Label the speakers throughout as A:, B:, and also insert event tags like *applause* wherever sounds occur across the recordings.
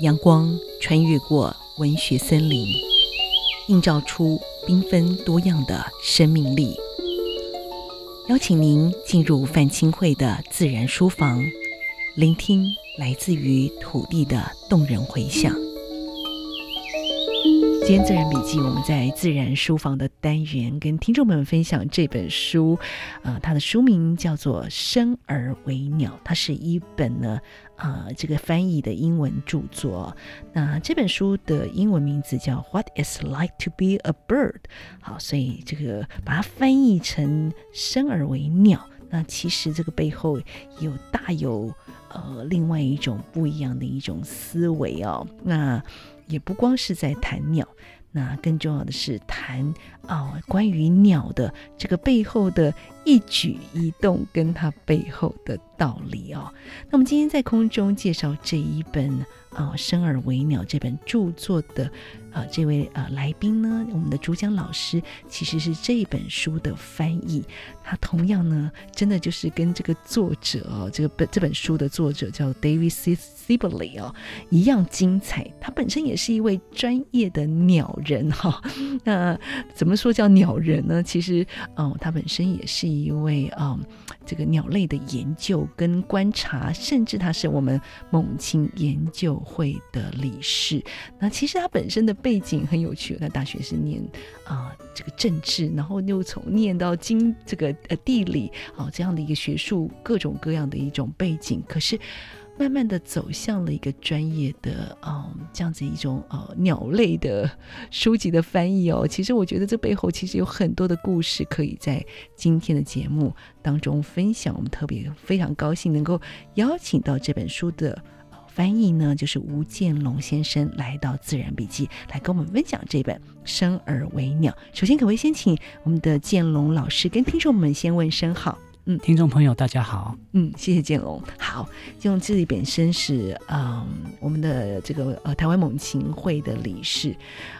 A: 阳光穿越过文学森林，映照出缤纷多样的生命力。邀请您进入范清慧的自然书房，聆听来自于土地的动人回响。今天《自然笔记》，我们在自然书房的单元跟听众朋友们分享这本书，呃，它的书名叫做《生而为鸟》，它是一本呢，呃，这个翻译的英文著作。那这本书的英文名字叫《What It's Like to Be a Bird》，好，所以这个把它翻译成“生而为鸟”。那其实这个背后有大有呃另外一种不一样的一种思维哦。那也不光是在谈鸟，那更重要的是谈啊、哦、关于鸟的这个背后的一举一动跟它背后的道理哦。那么今天在空中介绍这一本啊、哦《生而为鸟》这本著作的呃这位呃来宾呢，我们的主讲老师其实是这本书的翻译。他同样呢，真的就是跟这个作者哦，这个本这本书的作者叫 David C. Sibley 哦，一样精彩。他本身也是一位专业的鸟人哈、 *laughs* 哦。那怎么说叫鸟人呢？其实，哦，他本身也是一位哦，这个鸟类的研究跟观察，甚至他是我们猛禽研究会的理事。那其实他本身的背景很有趣，他大学是念啊、呃、这个政治，然后又从念到经这个。呃，地理哦，这样的一个学术，各种各样的一种背景，可是慢慢的走向了一个专业的，嗯，这样子一种呃鸟类的书籍的翻译哦。其实我觉得这背后其实有很多的故事，可以在今天的节目当中分享。我们特别非常高兴能够邀请到这本书的。呃翻译呢，就是吴建龙先生来到《自然笔记》来跟我们分享这本《生而为鸟》。首先，可不可以先请我们的建龙老师跟听众们先问声好？
B: 嗯，听众朋友大家好。
A: 嗯，谢谢建龙。好，建龙自己本身是嗯我们的这个呃台湾猛禽会的理事。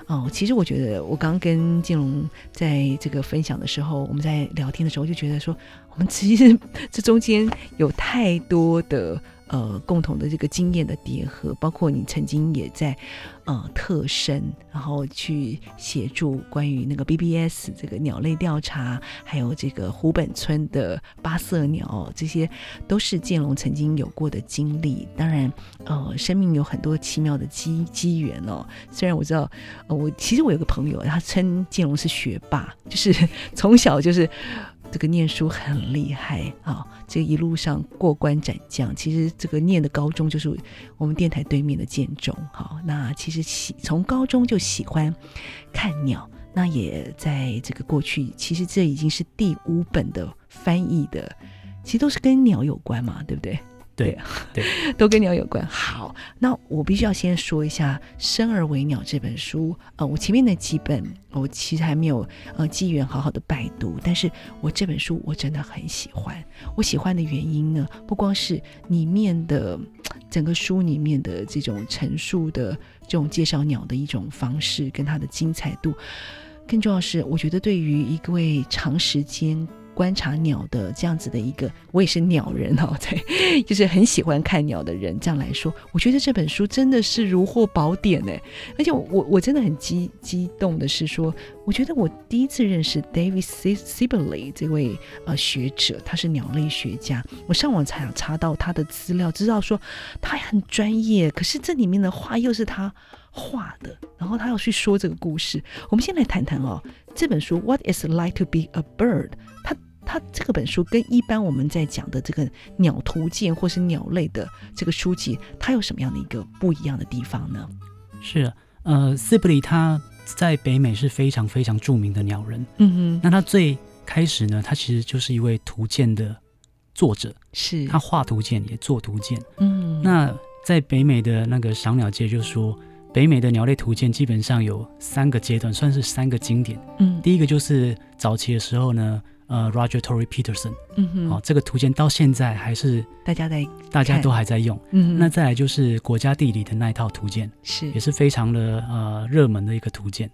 A: 哦、呃，其实我觉得我刚跟建龙在这个分享的时候，我们在聊天的时候就觉得说，我们其实这中间有太多的。呃，共同的这个经验的叠合，包括你曾经也在呃特深，然后去协助关于那个 BBS 这个鸟类调查，还有这个湖本村的八色鸟，这些都是建龙曾经有过的经历。当然，呃，生命有很多奇妙的机机缘哦。虽然我知道，呃，我其实我有个朋友，他称建龙是学霸，就是 *laughs* 从小就是。这个念书很厉害啊、哦，这一路上过关斩将。其实这个念的高中就是我们电台对面的建中，好、哦，那其实喜从高中就喜欢看鸟，那也在这个过去，其实这已经是第五本的翻译的，其实都是跟鸟有关嘛，对不对？啊
B: 对，对，
A: *laughs* 都跟鸟有关。好，那我必须要先说一下《生而为鸟》这本书。呃，我前面的几本呃我其实还没有呃机缘好好的拜读，但是我这本书我真的很喜欢。我喜欢的原因呢，不光是里面的整个书里面的这种陈述的这种介绍鸟的一种方式跟它的精彩度，更重要是我觉得对于一位长时间。观察鸟的这样子的一个，我也是鸟人哦， *laughs* 在就是很喜欢看鸟的人，这样来说，我觉得这本书真的是如获宝典哎！而且我我真的很激激动的是说，我觉得我第一次认识 David Sibley 这位呃学者，他是鸟类学家，我上网查查到他的资料，知道说他很专业，可是这里面的话又是他。画的，然后他要去说这个故事。我们先来谈谈哦，这本书《What It's Like to Be a Bird》它，它它这个本书跟一般我们在讲的这个鸟图鉴或是鸟类的这个书籍，它有什么样的一个不一样的地方呢？
B: 是，呃，斯布里他在北美是非常非常著名的鸟人。
A: 嗯哼，
B: 那他最开始呢，他其实就是一位图鉴的作者，
A: 是
B: 他画图鉴也做图鉴。
A: 嗯，
B: 那在北美的那个赏鸟界，就说。北美的鸟类图鉴基本上有三个阶段，算是三个经典。
A: 嗯，
B: 第一个就是早期的时候呢，呃，Roger Tory Peterson，
A: 嗯哼，
B: 哦，这个图鉴到现在还是
A: 大家在
B: 大家都还在用。
A: 嗯，
B: 那再来就是国家地理的那一套图鉴，
A: 是
B: 也是非常的呃热门的一个图鉴。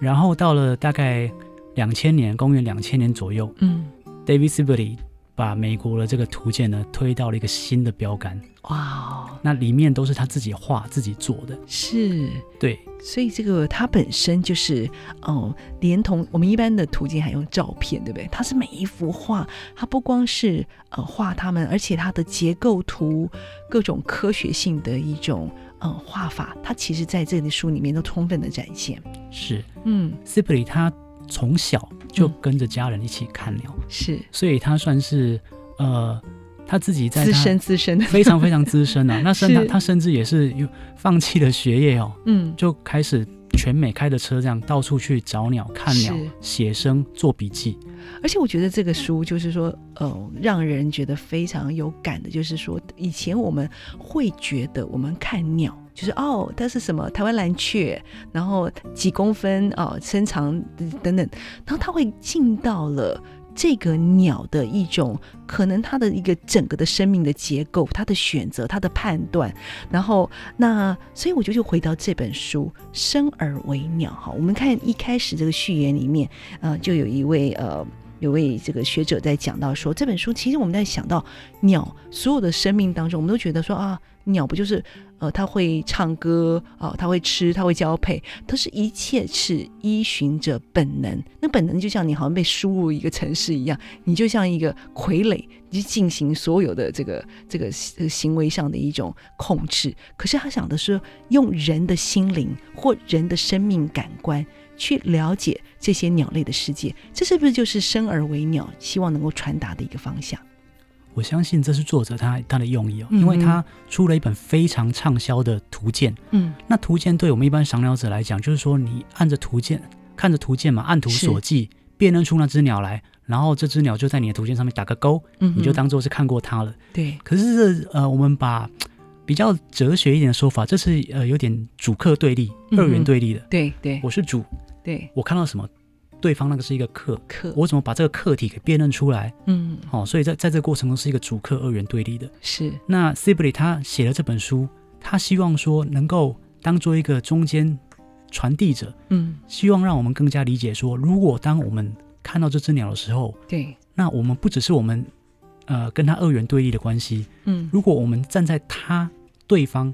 B: 然后到了大概两千年，公元两千年左右，
A: 嗯
B: ，David Sibley 把美国的这个图鉴呢推到了一个新的标杆。
A: 哇哦，
B: 那里面都是他自己画、自己做的。
A: 是，
B: 对，
A: 所以这个它本身就是哦，连同我们一般的途径还用照片，对不对？它是每一幅画，它不光是呃画它们，而且它的结构图、各种科学性的一种呃画法，它其实在这本书里面都充分的展现。
B: 是
A: 嗯，
B: s i p l e y 他从小就跟着家人一起看鸟，
A: 是
B: 所以他算是呃他自己在
A: 资深
B: 他
A: 资深的，
B: 非常非常资深啊。那甚他
A: *laughs* 是
B: 他甚至也是有放弃了学业哦，
A: 嗯，
B: 就开始全美开着车这样到处去找鸟、看鸟
A: 是、
B: 写生、做笔记。
A: 而且我觉得这个书就是说，呃，让人觉得非常有感的，就是说，以前我们会觉得我们看鸟。就是哦，它是什么台湾蓝雀，然后几公分哦，身长呃等等，然后它会进到了这个鸟的一种可能，它的一个整个的生命的结构，它的选择，它的判断，然后那所以我就就回到这本书《生而为鸟》哈，我们看一开始这个序言里面，呃，就有一位呃。有位这个学者在讲到说，这本书其实我们在想到鸟所有的生命当中，我们都觉得说啊，鸟不就是呃，它会唱歌啊、它会吃，它会交配，它是一切是依循着本能。那本能就像你好像被输入一个城市一样，你就像一个傀儡，你去进行所有的这个这个呃行为上的一种控制。可是他想的是用人的心灵或人的生命感官去了解这些鸟类的世界，这是不是就是生而为鸟希望能够传达的一个方向？
B: 我相信这是作者他他的用意哦，
A: 嗯哼
B: 因为他出了一本非常畅销的图鉴。
A: 嗯，
B: 那图鉴对我们一般赏鸟者来讲，就是说你按着图鉴，看着图鉴嘛，按图索骥，辨认出那只鸟来，然后这只鸟就在你的图鉴上面打个勾，
A: 嗯哼
B: 你就当做是看过它了。
A: 对，
B: 可是这呃，我们把比较哲学一点的说法，这是呃有点主客对立、
A: 嗯哼
B: 二元对立的。
A: 对对
B: 我是主，
A: 对，
B: 我看到什么，对方那个是一个客，
A: 可
B: 我怎么把这个客体给辨认出来？
A: 嗯
B: 哦，所以在在这个过程中是一个主客二元对立的。
A: 是
B: 那 Sibley 他写了这本书，他希望说能够当做一个中间传递者，
A: 嗯
B: 希望让我们更加理解说，如果当我们看到这只鸟的时候，
A: 对
B: 那我们不只是我们呃跟它二元对立的关系，
A: 嗯
B: 如果我们站在他对方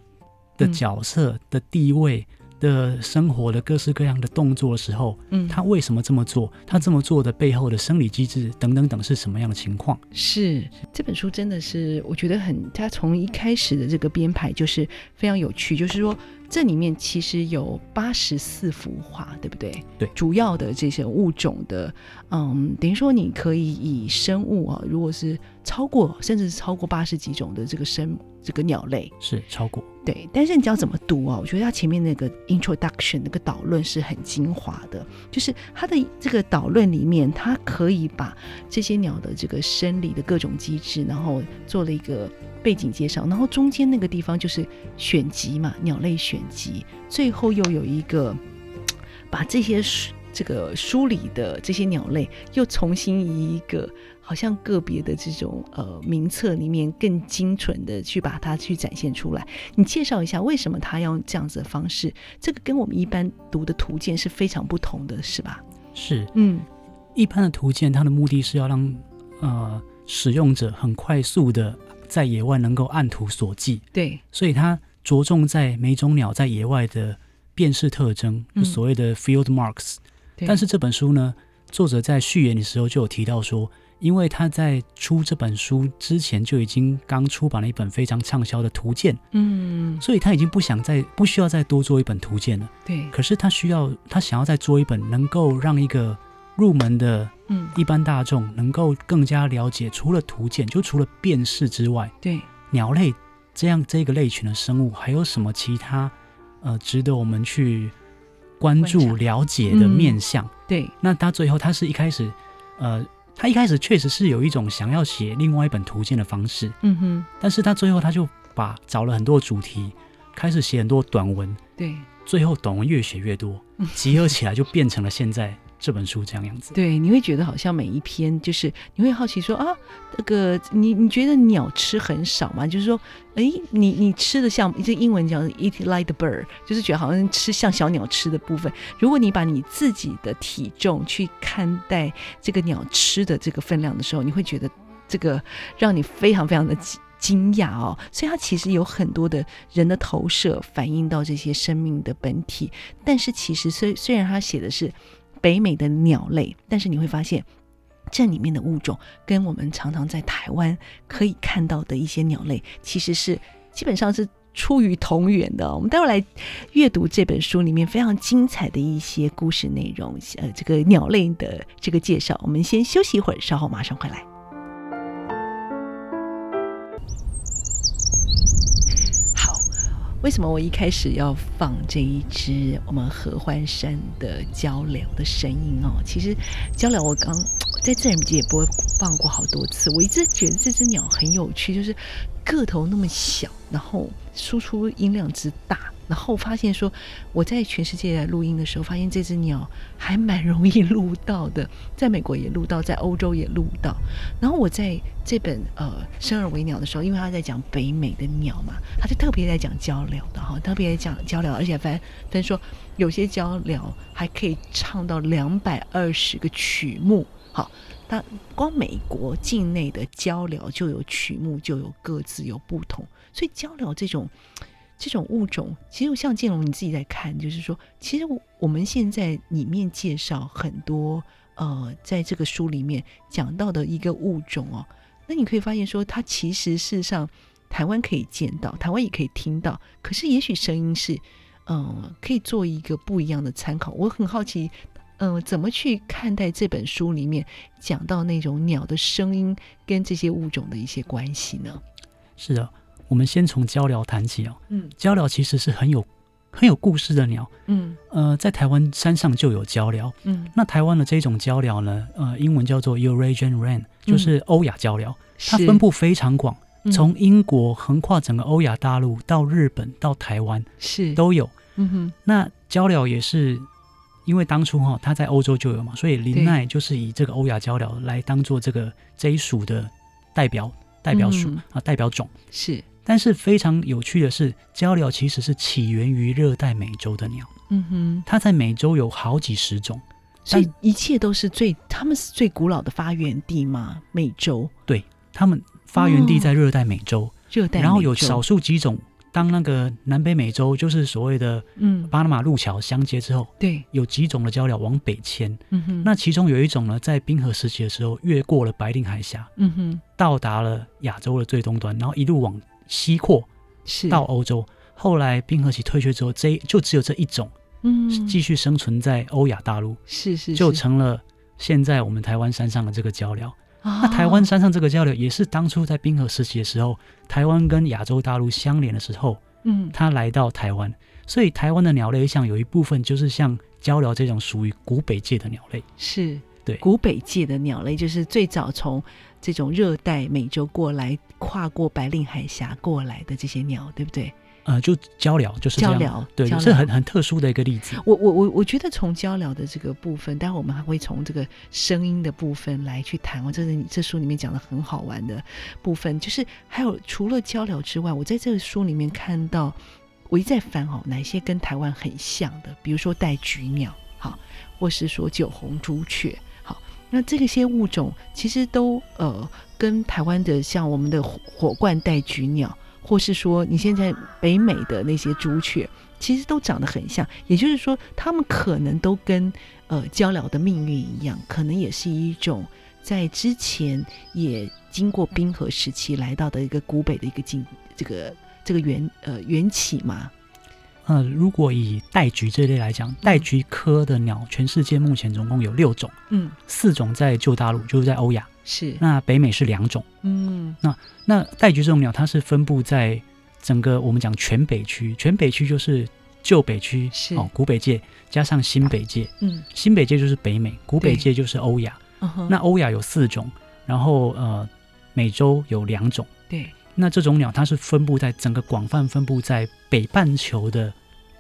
B: 的角色、的地位、的生活的各式各样的动作的时候，
A: 嗯
B: 他为什么这么做？他这么做的背后的生理机制等等等是什么样的情况？
A: 是这本书真的是，我觉得很，它从一开始的这个编排就是非常有趣，就是说这里面其实有八十四幅画，对不对？
B: 对
A: 主要的这些物种的，嗯，等于说你可以以生物啊，如果是超过甚至是超过八十几种的这个生这个鸟类，
B: 是超过
A: 对，但是你知道怎么读啊？我觉得他前面那个 introduction 那个导论是很精华的，就是他的这个导论里面，他可以把这些鸟的这个生理的各种机制，然后做了一个背景介绍，然后中间那个地方就是选集嘛，鸟类选集，最后又有一个把这些梳这个梳理的这些鸟类，又重新以一个好像个别的这种呃名册里面更精准的去把它去展现出来。你介绍一下为什么他要用这样子的方式？这个跟我们一般读的图鉴是非常不同的，是吧？
B: 是
A: 嗯，
B: 一般的图鉴，它的目的是要让呃使用者很快速的在野外能够按图索骥，
A: 对，
B: 所以它着重在每种鸟在野外的辨识特征，就
A: 嗯
B: 所谓的 field marks。
A: 对
B: 但是这本书呢，作者在序言的时候就有提到说，因为他在出这本书之前就已经刚出版了一本非常畅销的图鉴，
A: 嗯，
B: 所以他已经不想再不需要再多做一本图鉴了。
A: 对，
B: 可是他需要，他想要再做一本能够让一个入门的
A: 嗯，
B: 一般大众能够更加了解，除了图鉴，就除了辨识之外，
A: 对，
B: 鸟类这样这个类群的生物，还有什么其他呃值得我们去关
A: 观察嗯
B: 注了解的面向？
A: 对，
B: 那他最后他是一开始，呃，他一开始确实是有一种想要写另外一本图鉴的方式，
A: 嗯哼，
B: 但是他最后他就把找了很多主题，开始写很多短文，
A: 对，
B: 最后短文越写越多
A: 嗯，
B: 集合起来就变成了现在这本书这样样子。
A: 对，你会觉得好像每一篇就是你会好奇说啊，那个你你觉得鸟吃很少吗？就是说，诶，你你吃的像这英文讲 eat like the bird，就是觉得好像吃像小鸟吃的部分。如果你把你自己的体重去看待这个鸟吃的这个分量的时候，你会觉得。这个让你非常非常的惊惊讶哦。所以它其实有很多的人的投射反映到这些生命的本体，但是其实虽虽然它写的是北美的鸟类，但是你会发现。这里面的物种跟我们常常在台湾可以看到的一些鸟类，其实是基本上是出于同源的哦、我们待会儿来阅读这本书里面非常精彩的一些故事内容，呃，这个鸟类的这个介绍。我们先休息一会儿，稍后马上回来。好，为什么我一开始要放这一支我们合欢山的交流的声音哦？其实交流我刚在自然笔记也播放过好多次，我一直觉得这只鸟很有趣，就是个头那么小，然后输出音量之大，然后发现说我在全世界来录音的时候，发现这只鸟还蛮容易录到的，在美国也录到，在欧洲也录到。然后我在这本呃《生而为鸟》的时候，因为他在讲北美的鸟嘛，他就特别在讲交流的哈，特别在讲交流，而且分分说有些交流还可以唱到两百二十个曲目。好，那光美国境内的交流就有曲目，就有各自有不同，所以交流这种这种物种，其实像建龙你自己在看，就是说，其实我我们现在里面介绍很多呃，在这个书里面讲到的一个物种哦，那你可以发现说，它其实事实上台湾可以见到，台湾也可以听到，可是也许声音是嗯，可以做一个不一样的参考。我很好奇。嗯，怎么去看待这本书里面讲到那种鸟的声音跟这些物种的一些关系呢？
B: 是的，我们先从鹪鹩谈起哦。
A: 嗯
B: 鹪鹩其实是很有很有故事的鸟，
A: 嗯
B: 呃，在台湾山上就有鹪鹩。
A: 嗯，
B: 那台湾的这种鹪鹩呢，呃，英文叫做 Eurasian Wren，就是欧亚鹪鹩，它
A: 嗯是
B: 分布非常广，
A: 嗯
B: 从英国横跨整个欧亚大陆到日本到台湾
A: 是
B: 都有。
A: 嗯哼
B: 那鹪鹩也是，因为当初哈、它在欧洲就有嘛，所以林奈就是以这个欧亚鹪鹩来当做这个这一属的代表代表属、
A: 嗯
B: 啊代表种。
A: 是
B: 但是非常有趣的是，鹪鹩其实是起源于热带美洲的鸟，
A: 嗯哼，
B: 它在美洲有好几十种。
A: 所以一切都是最他们是最古老的发源地嘛，美洲
B: 它们发源地
A: 哦
B: 在热带美洲，
A: 热带美洲，
B: 然后有少数几种，当那个南北美洲就是所谓的
A: 嗯
B: 巴拿马路桥相接之后，
A: 对
B: 有几种的鹪鹩往北迁。
A: 嗯哼
B: 那其中有一种呢，在冰河时期的时候越过了白令海峡，
A: 嗯哼
B: 到达了亚洲的最东端，然后一路往西扩
A: 是
B: 到欧洲。后来冰河期退却之后，这一就只有这一种
A: 嗯
B: 继续生存在欧亚大陆，
A: 是是
B: 就是成了现在我们台湾山上的这个鹪鹩。
A: 啊
B: 那台湾山上这个交流，也是当初在冰河时期的时候，台湾跟亚洲大陆相连的时候，
A: 嗯
B: 它来到台湾，所以台湾的鸟类像有一部分就是像鹪鹩这种属于古北界的鸟类。
A: 是
B: 对
A: 古北界的鸟类，就是最早从这种热带美洲过来，跨过白令海峡过来的这些鸟，对不对？
B: 呃，就鹪鹩就是这
A: 交
B: 样，
A: 流，
B: 对，
A: 交
B: 是
A: 流
B: 很很特殊的一个例子。
A: 我我我我觉得从交流的这个部分，待会我们还会从这个声音的部分来去谈哦。这是你这书里面讲的很好玩的部分，就是还有除了交流之外，我在这个书里面看到，我一再翻哦，哪些跟台湾很像的，比如说带菊鸟，好，或是说九红朱雀，好，那这些物种其实都呃跟台湾的像我们的火火冠带菊鸟，或是说你现在北美的那些朱雀。其实都长得很像，也就是说，它们可能都跟呃鹪鹩的命运一样，可能也是一种在之前也经过冰河时期来到的一个古北的一个境，这个这个缘呃缘起嘛。
B: 呃，如果以带菊这类来讲，带菊科的鸟，全世界目前总共有六种，
A: 嗯，
B: 四种在旧大陆，就是在欧亚，
A: 是，
B: 那北美是两种。
A: 嗯
B: 那带菊这种鸟，它是分布在整个我们讲全北区，全北区就是旧北区
A: 是
B: 哦，古北界加上新北界，
A: 嗯，
B: 新北界就是北美，古北界就是欧亚。
A: 嗯哼
B: 那欧亚有四种，然后呃，美洲有两种。
A: 对，
B: 那这种鸟它是分布在整个广泛分布在北半球的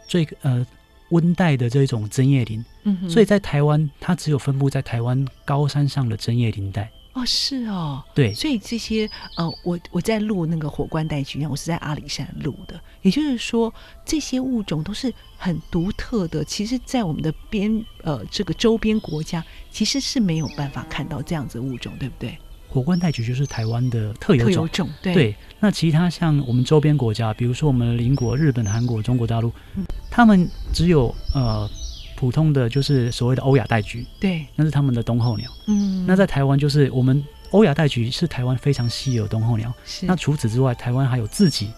B: 最呃温带的这种针叶林，
A: 嗯哼，
B: 所以在台湾它只有分布在台湾高山上的针叶林带。
A: 哦是哦，
B: 对，
A: 所以这些呃，我我在录那个火罐带菊鸟，我是在阿里山录的。也就是说，这些物种都是很独特的。其实，在我们的边呃这个周边国家，其实是没有办法看到这样子的物种，对不对？
B: 火冠带菊就是台湾的特有
A: 特
B: 种
A: 有。种，对，
B: 对，那其他像我们周边国家，比如说我们的邻国日本、韩国、中国大陆，
A: 嗯
B: 他们只有呃普通的就是所谓的欧亚带菊，
A: 对
B: 那是他们的冬候鸟。
A: 嗯，
B: 那在台湾就是我们欧亚带菊是台湾非常稀有的冬候鸟。
A: 是
B: 那除此之外，台湾还有自己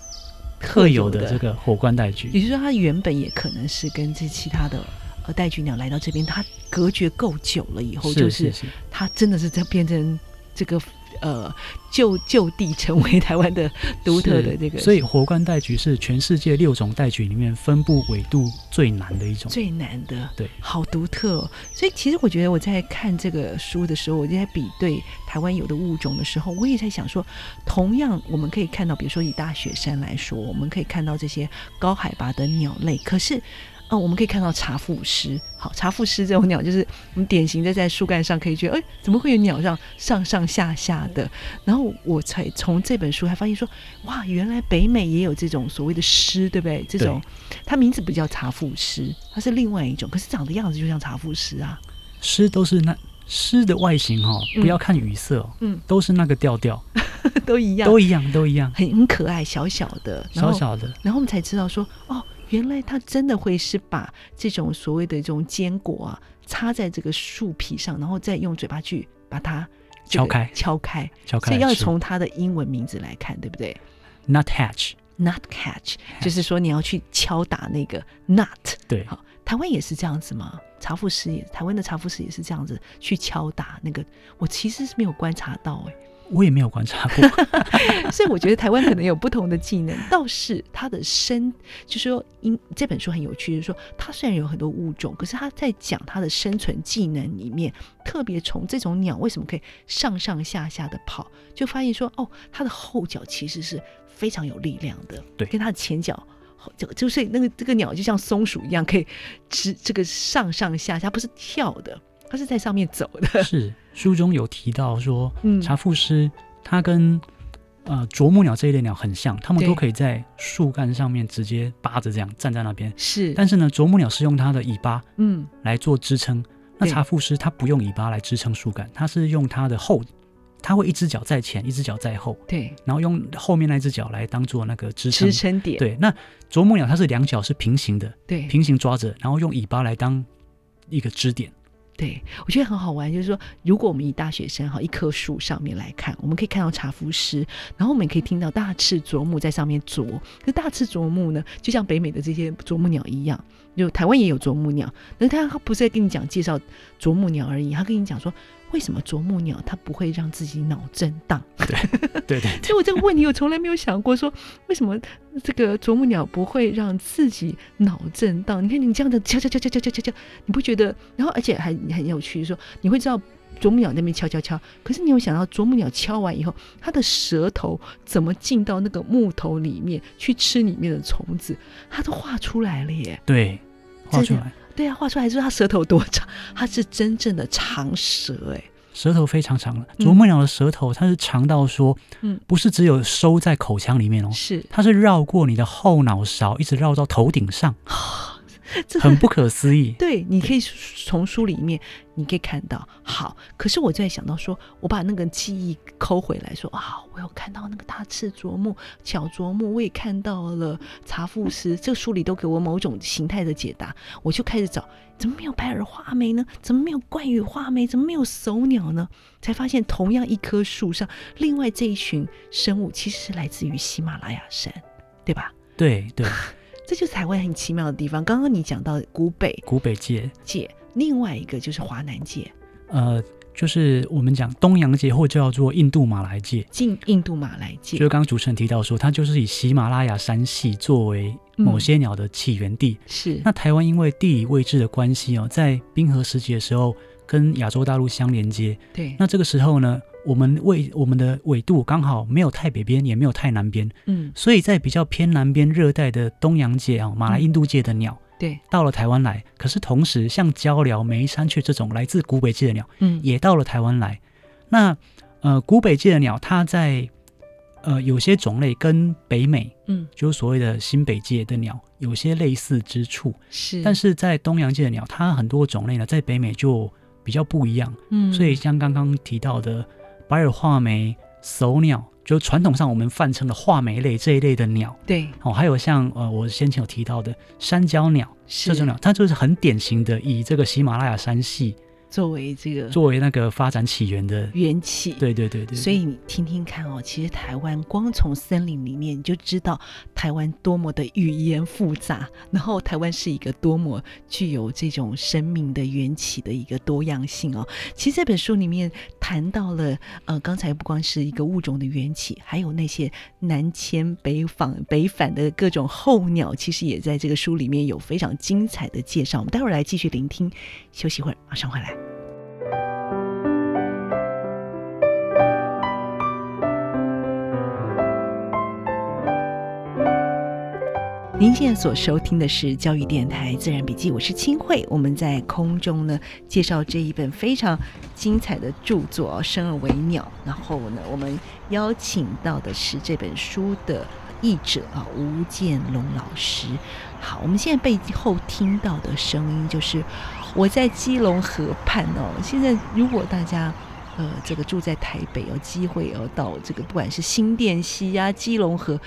B: 特有的这，个火冠带菊。
A: 也就是说，它原本也可能是跟这其他的呃带菊鸟来到这边，它隔绝够久了以后，就是
B: 是，
A: 它真的是在变成这个呃就就地成为台湾的独特的
B: 是
A: 这个，
B: 所以火冠带菊是全世界六种带菊里面分布纬度最难的一种。
A: 最难的，
B: 对
A: 好独特、哦。所以其实我觉得我在看这个书的时候，我就在比对台湾有的物种的时候，我也在想说，同样我们可以看到，比如说以大雪山来说，我们可以看到这些高海拔的鸟类，可是。呃，我们可以看到茶腹狮，好，茶腹狮这种鸟就是我们典型的在树干上可以觉得，哎，怎么会有鸟让上上下下的？然后我才从这本书还发现说，哇，原来北美也有这种所谓的狮，对不对？这种它名字不叫茶腹狮，它是另外一种，可是长的样子就像茶腹狮啊。 *laughs*
B: 狮都是那狮的外形哈、哦，
A: 嗯
B: 不要看语色、哦，
A: 嗯，
B: 都是那个调调，
A: 都一样，
B: 都一样，都一样，
A: 很很可爱，小小的，然
B: 小
A: 后，
B: 小的，
A: 然后我们才知道说，哦，原来它真的会是把这种所谓的这种坚果啊，插在这个树皮上，然后再用嘴巴去把它、这个
B: 敲开
A: 敲开，
B: 小可
A: 所以
B: 爱
A: 要
B: 是
A: 从它的英文名字来看，对不对
B: nut hatch，
A: ？Nut catch 就是说你要去敲打那个 nut，
B: 对
A: 好，台湾也是这样子吗？茶腹师也，台湾的茶腹师也是这样子去敲打那个，我其实是没有观察到哎、
B: 我也没有观察过，
A: *laughs* 所以我觉得台湾可能有不同的技能，倒是它的生，就是说，因这本书很有趣，就是说，它虽然有很多物种，可是它在讲它的生存技能里面，特别从这种鸟为什么可以上上下下的跑，就发现说，哦，它的后脚其实是非常有力量的，
B: 对
A: 跟它的前脚。后就就是那个这个鸟就像松鼠一样，可以直这个上上下下，它不是跳的，它是在上面走的。
B: 是书中有提到说，
A: 嗯
B: 茶腹狮它跟呃啄木鸟这一类鸟很像，它们
A: 对
B: 都可以在树干上面直接扒着这样站在那边，
A: 是，
B: 但是呢，啄木鸟是用它的尾巴
A: 嗯，
B: 来做支撑，那
A: 对
B: 茶腹狮它不用尾巴来支撑树干，它是用它的后，它会一只脚在前，一只脚在后。
A: 对，
B: 然后用后面那只脚来当做那个支撑
A: 支。撑点，
B: 对，那啄木鸟它是两脚是平行 *laughs* 的，
A: 对，
B: 平行抓着，然后用尾巴来当一个支点。
A: 对，我觉得很好玩，就是说，如果我们以大雪山哈一棵树上面来看，我们可以看到茶夫狮，然后我们也可以听到大赤啄木在上面啄。可是大赤啄木呢，就像北美的这些啄木鸟一样，就台湾也有啄木鸟，那他他不是在跟你讲介绍啄木鸟而已，他跟你讲说为什么啄木鸟它不会让自己脑震荡。
B: 对对
A: 所以我这个问题我从来没有想过说，为什么这个啄木鸟不会让自己脑震荡？你看你这样的敲敲敲敲敲敲敲敲，你不觉得？然后而且还很有趣，说你会知道啄木鸟那边敲敲敲，可是你有想到啄木鸟敲完以后，它的舌头怎么进到那个木头里面去吃里面的虫子？它都画出来了耶！
B: 对，画出
A: 真的
B: 来，
A: 对啊，画出来之后它舌头多长？它是真正的长舌哎、
B: 舌头非常长了。啄木鸟的舌头它是长到说，
A: 嗯，
B: 不是只有收在口腔里面哦，
A: 是
B: 它是绕过你的后脑勺，一直绕到头顶上，
A: 这
B: 很不可思议。
A: 对，你可以从书里面你可以看到。好，可是我就在想到说，我把那个记忆抠回来说啊，我有看到那个大赤啄木、小啄木，我也看到了茶腹狮，这个书里都给我某种形态的解答。我就开始找，怎么没有白耳画眉呢？怎么没有冠羽画眉？怎么没有手鸟呢？才发现同样一棵树上，另外这一群生物其实是来自于喜马拉雅山，对吧？
B: 对对，
A: 这就是台湾很奇妙的地方。刚刚你讲到古北，
B: 古北界，
A: 界，另外一个就是华南界，
B: 呃，就是我们讲东洋界或叫做印度马来界。
A: 近印度马来
B: 就
A: 界
B: 是刚刚主持人提到说，它就是以喜马拉雅山系作为某些鸟的起源地。
A: 嗯是
B: 那台湾因为地理位置的关系哦，在冰河时期的时候跟亚洲大陆相连接。
A: 对，
B: 那这个时候呢，我们位我们的纬度刚好没有太北边，也没有太南边，
A: 嗯，
B: 所以在比较偏南边热带的东洋界啊、马来印度界的鸟。
A: 嗯对，
B: 到了台湾来，可是同时像鹪鹩、梅山雀这种来自古北界的鸟，
A: 嗯，
B: 也到了台湾来。那呃，古北界的鸟，它在呃有些种类跟北美，
A: 嗯
B: 就是所谓的新北界的鸟有些类似之处，
A: 嗯是，
B: 但是在东洋界的鸟，它很多种类呢，在北美就比较不一样。
A: 嗯，
B: 所以像刚刚提到的。白耳画眉、叟鸟，就传统上我们泛称的画眉类这一类的鸟
A: 对，
B: 哦，还有像呃我先前有提到的山椒鸟这种鸟，它就是很典型的以这个喜马拉雅山系
A: 作为这个
B: 作为那个发展起源的，
A: 缘起。
B: 对对对对，
A: 所以你听听看哦，其实台湾光从森林里面你就知道台湾多么的语言复杂，然后台湾是一个多么具有这种生命的缘起的一个多样性哦。其实这本书里面谈到了，呃，刚才不光是一个物种的缘起，还有那些南迁北访北返的各种候鸟，其实也在这个书里面有非常精彩的介绍。我们待会儿来继续聆听，休息一会儿，马上回来。您现在所收听的是教育电台《自然笔记》，我是清慧。我们在空中呢介绍这一本非常精彩的著作哦《生而为鸟》，然后呢，我们邀请到的是这本书的译者啊吴建龙老师。好，我们现在背后听到的声音就是我在基隆河畔哦。现在如果大家呃，这个住在台北有机会哦，到这个不管是新店溪呀、基隆河，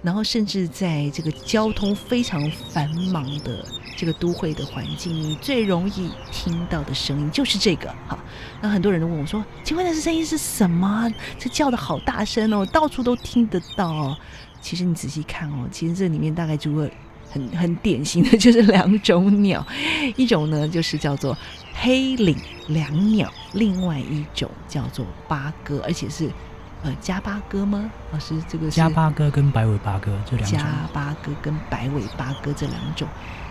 A: 然后甚至在这个交通非常繁忙的这个都会的环境，你最容易听到的声音就是这个哈。那很多人都问我说：“请问那是声音是什么？这叫的好大声哦，到处都听得到哦。”其实你仔细看哦，其实这里面大概就会很很典型的就是两种鸟，一种呢就是叫做黑领椋鸟，另外一种叫做八哥，而且是呃加八哥吗？老师，这个是
B: 加八哥跟白尾八哥这两种，
A: 加八哥跟白尾八哥这两种，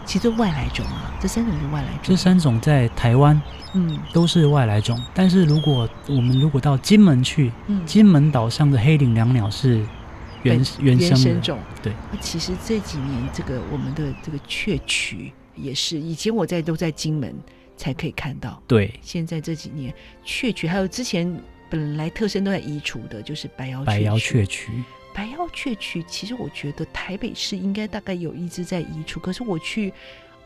A: 其实都外来种啊，这三种是外来种。
B: 这三种在台湾
A: 嗯
B: 都是外来种，但是如果我们如果到金门去，
A: 嗯，
B: 金门岛上的黑领椋鸟是原原
A: 原
B: 生
A: 生
B: 的，
A: 种。啊
B: 对，
A: 其实这几年这个我们的这个雀渠也是，以前我在都在金门才可以看到，
B: 对，
A: 现在这几年雀渠还有之前本来特生都在移除的，就是白腰
B: 白腰
A: 雀
B: 雀
A: 渠。
B: 曲，
A: 白腰雀渠，其实我觉得台北市应该大概有一只在移除，可是我去。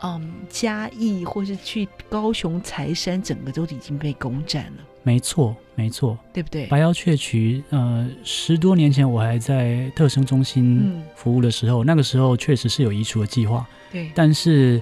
A: 嗯，嘉义或是去高雄柴山，整个都已经被攻占了，
B: 没错没错。
A: 对不对？
B: 白腰雀渠，呃，十多年前我还在特生中心
A: 嗯
B: 服务的时候，那个时候确实是有移除的计划，
A: 对，
B: 但是，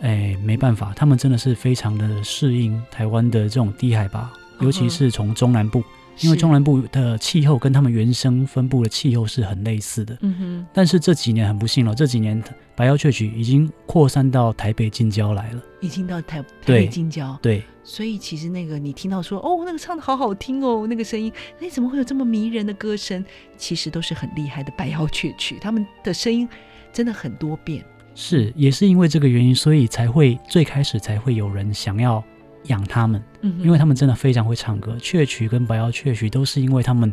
B: 哎，没办法，他们真的是非常的适应台湾的这种低海拔，尤其是从中南部，因
A: 嗯是
B: 为中南部的气候跟他们原生分布的气候是很类似的。
A: 嗯哼，
B: 但是这几年很不幸了，这几年白腰雀曲已经扩散到台北近郊来了。
A: 已经到台台
B: 对
A: 北近郊，
B: 对，
A: 所以其实那个你听到说哦，那个唱的好好听哦，那个声音，哎，怎么会有这么迷人的歌声？其实都是很厉害的白腰雀曲，他们的声音真的很多变。
B: 是也是因为这个原因，所以才会最开始才会有人想要养它们，
A: 嗯
B: 因为他们真的非常会唱歌。雀曲跟白腰雀曲都是因为他们，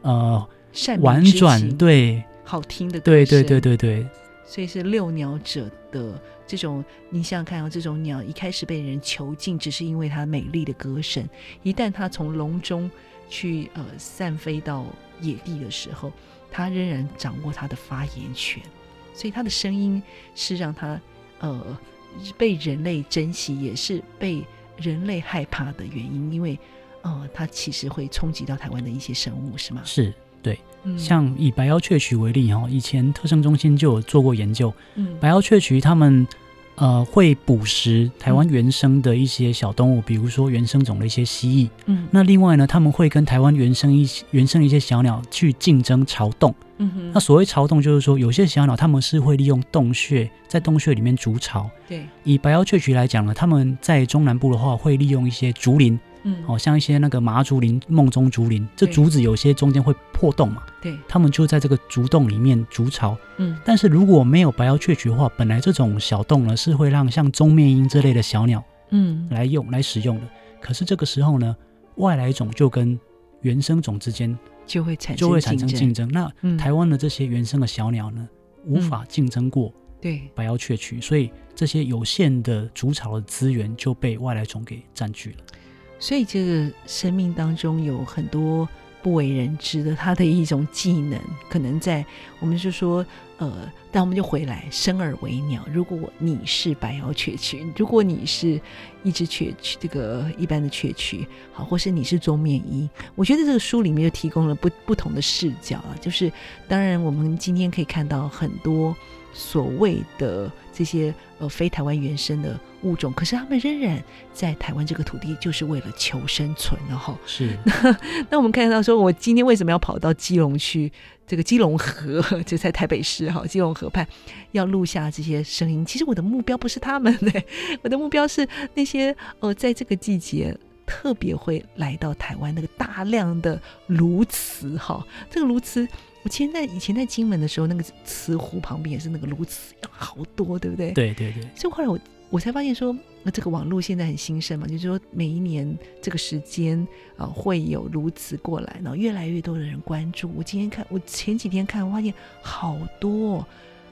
B: 呃，
A: 善美
B: 婉
A: 之
B: 转，
A: 情
B: 对
A: 好听的歌
B: 对
A: 声，
B: 对对对对，
A: 所以是遛鸟者的这种，你想想看啊，这种鸟一开始被人囚禁，只是因为它美丽的歌声。一旦它从笼中去呃散飞到野地的时候，它仍然掌握它的发言权，所以它的声音是让它呃被人类珍惜，也是被人类害怕的原因，因为呃它其实会冲击到台湾的一些生物，是吗？
B: 是。
A: 嗯
B: 像以白腰雀曲为例哈，以前特生中心就有做过研究，
A: 嗯
B: 白腰雀曲它们呃会捕食台湾原生的一些小动物，比如说原生种的一些蜥蜴。
A: 嗯
B: 那另外呢，他们会跟台湾原生一些原生的一些小鸟去竞争巢洞。
A: 嗯哼
B: 那所谓巢洞，就是说有些小鸟它们是会利用洞穴，在洞穴里面筑巢。
A: 对
B: 以白腰雀曲来讲呢，他们在中南部的话，会利用一些竹林，
A: 嗯
B: 哦，像一些那个麻竹林、梦中竹林，这
A: 对
B: 竹子有些中间会破洞嘛，
A: 对
B: 他们就在这个竹洞里面筑巢。
A: 嗯
B: 但是如果没有白腰雀菊的话，本来这种小洞呢是会让像钟面鹰这类的小鸟
A: 嗯
B: 来用来使用的。可是这个时候呢，外来种就跟原生种之间
A: 就会产生
B: 就会产生
A: 哎竞
B: 竞争。那
A: 嗯，
B: 台湾的这些原生的小鸟呢，无法竞争过
A: 对，
B: 白腰雀菊，所以这些有限的筑巢的资源就被外来种给占据了。
A: 所以这个生命当中有很多不为人知的，他的一种技能，可能在我们是说，呃，但我们就回来，生而为鸟。如果你是白腰雀鸲，如果你是一只雀鸲，这个一般的雀鸲，好，或是你是钟面鹮，我觉得这个书里面就提供了不不同的视角啊。就是当然，我们今天可以看到很多所谓的这些呃非台湾原生的物种，可是它们仍然在台湾这个土地，就是为了求生存了哈。
B: 是
A: 那我们看到说，我今天为什么要跑到基隆去？这个基隆河 *laughs* 就在台北市哈，基隆河畔要录下这些声音。其实我的目标不是他们哎、 *laughs* 我的目标是那些呃，在这个季节特别会来到台湾那个大量的鸬鹚哈，这个鸬鹚。我前在以前在金门的时候，那个慈湖旁边也是那个鸬鹚，好多，对不对？
B: 对对对，
A: 所以后来我我才发现说，那这个网络现在很兴盛嘛，就是说每一年这个时间啊、呃会有鸬鹚过来，然后越来越多的人关注。我今天看，我前几天看，我发现好多、哦，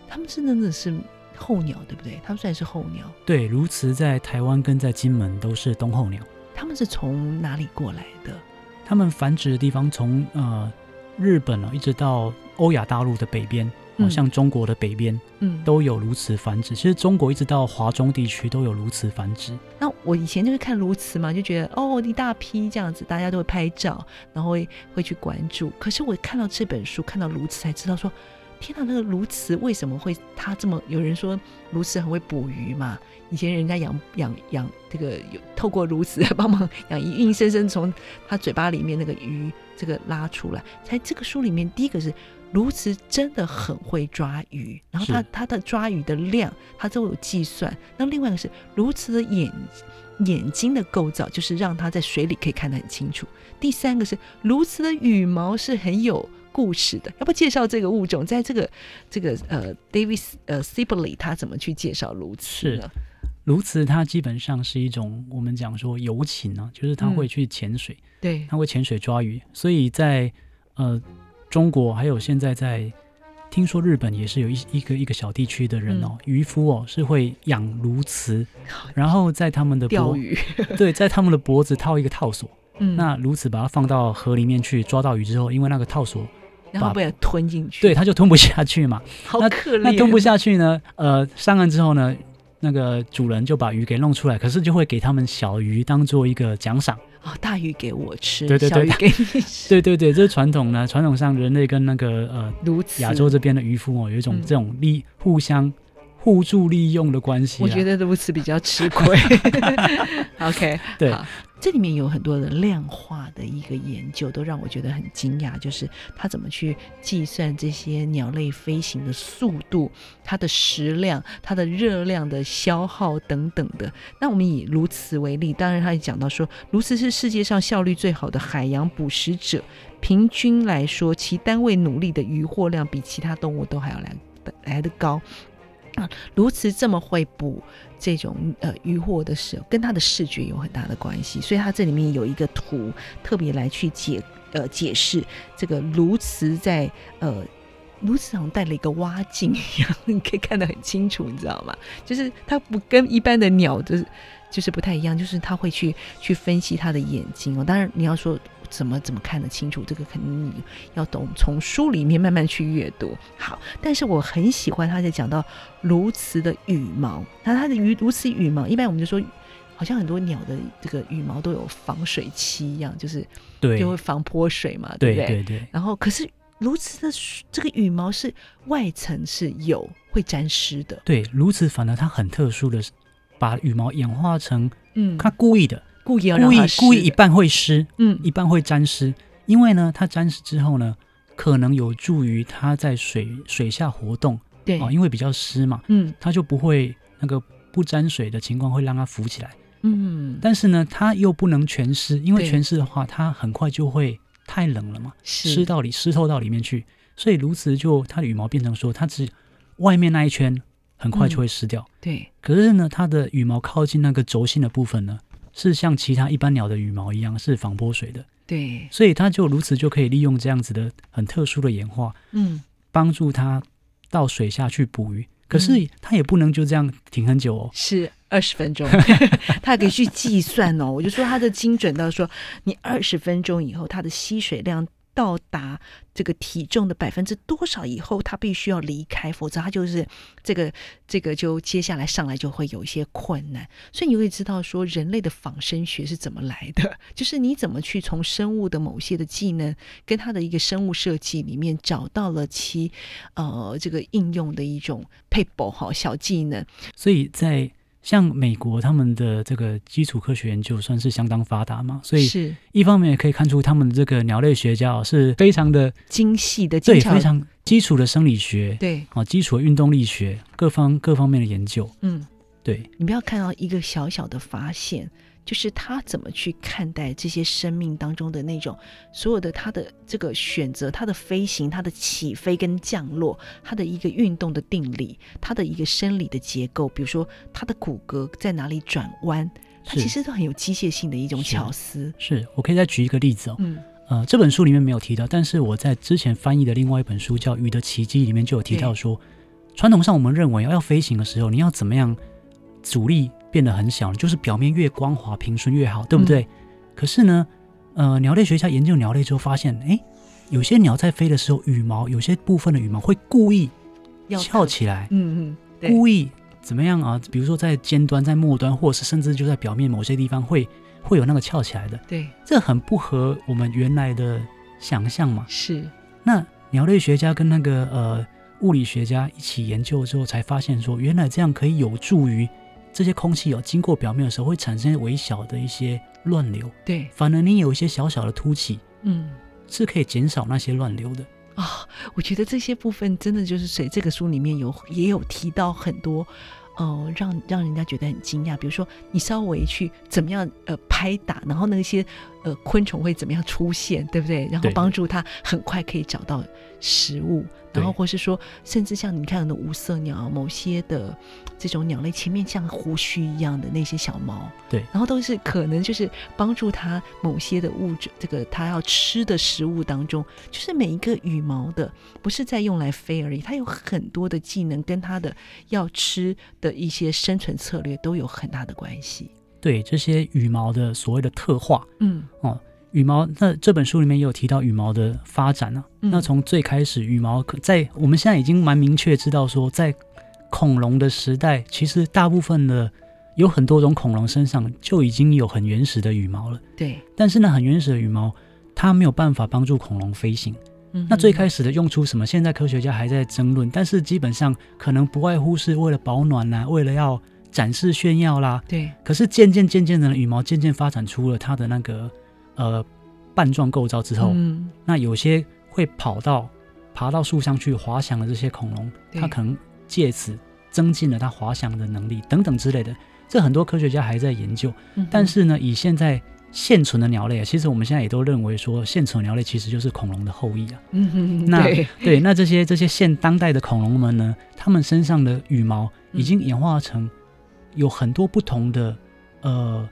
A: 他们是真的是候鸟，对不对？他们虽然是候鸟，
B: 对，鸬鹚在台湾跟在金门都是冬候鸟，
A: 他们是从哪里过来的？
B: 它们繁殖的地方从呃日本呢、一直到欧亚大陆的北边，好、
A: 嗯
B: 像中国的北边
A: 嗯，
B: 都有鸬鹚繁殖。其实中国一直到华中地区都有鸬鹚繁殖，
A: 那我以前就是看鸬鹚嘛，就觉得哦一大批这样子，大家都会拍照，然后会会去关注。可是我看到这本书，看到鸬鹚才知道说，天哪，那个鸬鹚为什么会它这么？有人说鸬鹚很会捕鱼嘛，以前人家养养养这个有透过鸬鹚来帮忙养鱼，硬生生从它嘴巴里面那个鱼这个拉出来。才这个书里面第一个是。鸬鹚真的很会抓鱼，然后它
B: 是
A: 它的抓鱼的量，它都有计算。那另外一个是鸬鹚的眼眼睛的构造，就是让它在水里可以看得很清楚。第三个是鸬鹚的羽毛是很有故事的，要不介绍这个物种？在这个这个呃，David 呃 Sibley 他怎么去介绍鸬鹚呢？
B: 鸬鹚它基本上是一种我们讲说游禽啊，就是它
A: 嗯
B: 会去潜水，
A: 对，
B: 它会潜水抓鱼，所以在呃中国还有现在在听说日本也是有一一个一个小地区的人
A: 嗯
B: 哦，渔夫哦是会养鸬鹚，然后在他们的
A: 钓
B: 脖
A: 鱼，
B: 对，在他们的脖子套一个套索，
A: 嗯，
B: 那鸬鹚把它放到河里面去抓到鱼之后，因为那个套索
A: 然后
B: 把
A: 被它吞进去，
B: 对，它就吞不下
A: *laughs*
B: 去嘛，
A: 好可怜，
B: 那吞不下去呢，呃，上岸之后呢，那个主人就把鱼给弄出来，可是就会给他们小鱼当做一个奖赏。
A: 啊、大鱼给我吃，
B: 对对
A: 小
B: 对
A: 鱼给你吃，
B: 对对对，这是传统呢，传统上人类跟那个呃
A: 鸬鹚，
B: 亚洲这边的渔夫哦，有一种
A: 嗯
B: 这种利互相互助利用的关系、啊。
A: 我觉得鸬鹚比较吃
B: *laughs*
A: 亏。OK，
B: 对
A: 好这里面有很多的量化的一个研究，都让我觉得很惊讶，就是它怎么去计算这些鸟类飞行的速度、它的食量、它的热量的消耗等等的。那我们以鸬鹚为例，当然他也讲到说，鸬鹚是世界上效率最好的海洋捕食者，平均来说，其单位努力的渔获量比其他动物都还要来来得高。啊，鸬鹚这么会捕这种呃渔获的时候，跟它的视觉有很大的关系，所以它这里面有一个图特别来去解呃解释这个鸬鹚在呃。鸬鹚好像戴了一个蛙镜一样，你可以看得很清楚，你知道吗？就是它不跟一般的鸟就是就是不太一样，就是它会去去分析它的眼睛哦。当然，你要说怎么怎么看得清楚，这个肯定你要懂从书里面慢慢去阅读。好，但是我很喜欢他在讲到鸬鹚的羽毛，那它的羽鸬鹚羽毛，一般我们就说，好像很多鸟的这个羽毛都有防水漆一样，就是
B: 对
A: 就会防泼水嘛，
B: 对
A: 不对？
B: 对对
A: 然后可是鸬鹚的这个羽毛是外层是有会沾湿的，
B: 对，鸬鹚反而它很特殊的是，把羽毛演化成
A: 嗯，
B: 它故意的，
A: 故意要让
B: 故意
A: 它湿
B: 故意一
A: 的
B: 半会湿，
A: 嗯
B: 一半会沾湿，因为呢，它沾湿之后呢，可能有助于它在水水下活动
A: 对
B: 啊、哦，因为比较湿嘛，
A: 嗯
B: 它就不会那个不沾水的情况会让它浮起来。
A: 嗯，
B: 但是呢，它又不能全湿，因为
A: 对
B: 全湿的话，它很快就会太冷了嘛，湿
A: 是
B: 到里湿透到里面去，所以鸬鹚就它的羽毛变成说，它只外面那一圈很快就会湿掉。
A: 对
B: 可是呢，它的羽毛靠近那个轴心的部分呢，是像其他一般鸟的羽毛一样是防泼水的，
A: 对，
B: 所以它就鸬鹚就可以利用这样子的很特殊的演化，
A: 嗯
B: 帮助它到水下去捕鱼。可
A: 嗯
B: 是它也不能就这样停很久哦，
A: 是二十分钟，他还可以去计算哦。我就说他的精准到说，你二十分钟以后，它的吸水量到达这个体重的百分之多少以后，他必须要离开，否则他就是这个这个就接下来上来就会有一些困难。所以你会知道说，人类的仿生学是怎么来的， *laughs* 就是你怎么去从生物的某些的技能跟它的一个生物设计里面找到了其呃这个应用的一种配宝哈小技能。
B: 所以在像美国，他们的这个基础科学研究算是相当发达嘛，所以
A: 是
B: 一方面也可以看出他们的这个鸟类学家哦是非常的
A: 精细的
B: 对
A: 精巧
B: 非常基础的生理学，
A: 对，
B: 啊，基础的运动力学各方各方面的研究，
A: 嗯，
B: 对，
A: 你不要看到一个小小的发现，就是他怎么去看待这些生命当中的那种所有的他的这个选择、他的飞行、他的起飞跟降落、他的一个运动的定理、他的一个生理的结构，比如说他的骨骼在哪里转弯，它
B: 是
A: 其实都很有机械性的一种
B: 是
A: 巧思。
B: 是我可以再举一个例子哦，
A: 嗯，
B: 呃，这本书里面没有提到，但是我在之前翻译的另外一本书叫《鱼的奇迹》里面就有提到说，传统上我们认为要飞行的时候，你要怎么样阻力变得很小，就是表面越光滑平顺越好，对不
A: 嗯
B: 对？可是呢，呃，鸟类学家研究鸟类之后发现，诶，有些鸟在飞的时候，羽毛有些部分的羽毛会故意
A: *laughs* 要
B: 翘
A: 特，
B: 起来，
A: 嗯嗯，对
B: 故意怎么样啊？比如说在尖端、在末端，或者是甚至就在表面某些地方会会有那个翘起来的，
A: 对，
B: 这很不合我们原来的想象嘛。
A: 是，
B: 那鸟类学家跟那个呃物理学家一起研究之后，才发现说，原来这样可以有助于这些空气哦经过表面的时候会产生微小的一些乱流，
A: 对，
B: 反而你有一些小小的凸起
A: 嗯。
B: 是可以减少那些乱流的。
A: 啊、我觉得这些部分真的就是谁这个书里面有也有提到很多，呃，让让人家觉得很惊讶。比如说，你稍微去怎么样呃拍打，然后那些呃昆虫会怎么样出现，对不对？然后
B: 对
A: 帮助它很快可以找到食物，然后
B: 对
A: 或是说，甚至像你看的无色鸟，某些的这种鸟类前面像胡须一样的那些小毛，
B: 对
A: 然后都是可能就是帮助它某些的物质，这个它要吃的食物当中，就是每一个羽毛的不是在用来飞而已，它有很多的技能跟它的要吃的一些生存策略都有很大的关系。
B: 对这些羽毛的所谓的特化，
A: 嗯，
B: 羽毛，那这本书里面也有提到羽毛的发展啊。
A: 嗯
B: 那从最开始，羽毛可在我们现在已经蛮明确知道说，在恐龙的时代，其实大部分的有很多种恐龙身上就已经有很原始的羽毛了。
A: 对。
B: 但是呢，很原始的羽毛，它没有办法帮助恐龙飞行。
A: 嗯
B: 那最
A: 哼
B: 开始的用处是什么？现在科学家还在争论，但是基本上可能不外乎是为了保暖啦、为了要展示炫耀啦，
A: 对
B: 可是渐渐渐渐的呢，羽毛渐渐发展出了它的那个呃瓣状构造之后，
A: 嗯，
B: 那有些会跑到爬到树上去滑翔的这些恐龙，
A: 对
B: 它可能借此增进了它滑翔的能力等等之类的。这很多科学家还在研究，
A: 嗯哼
B: 但是呢，以现在现存的鸟类啊，其实我们现在也都认为说，现存的鸟类其实就是恐龙的后裔啊。
A: 嗯哼
B: 那
A: 对
B: 对，那这些这些现当代的恐龙们呢，它们身上的羽毛
A: 嗯
B: 已经演化成有很多不同的呃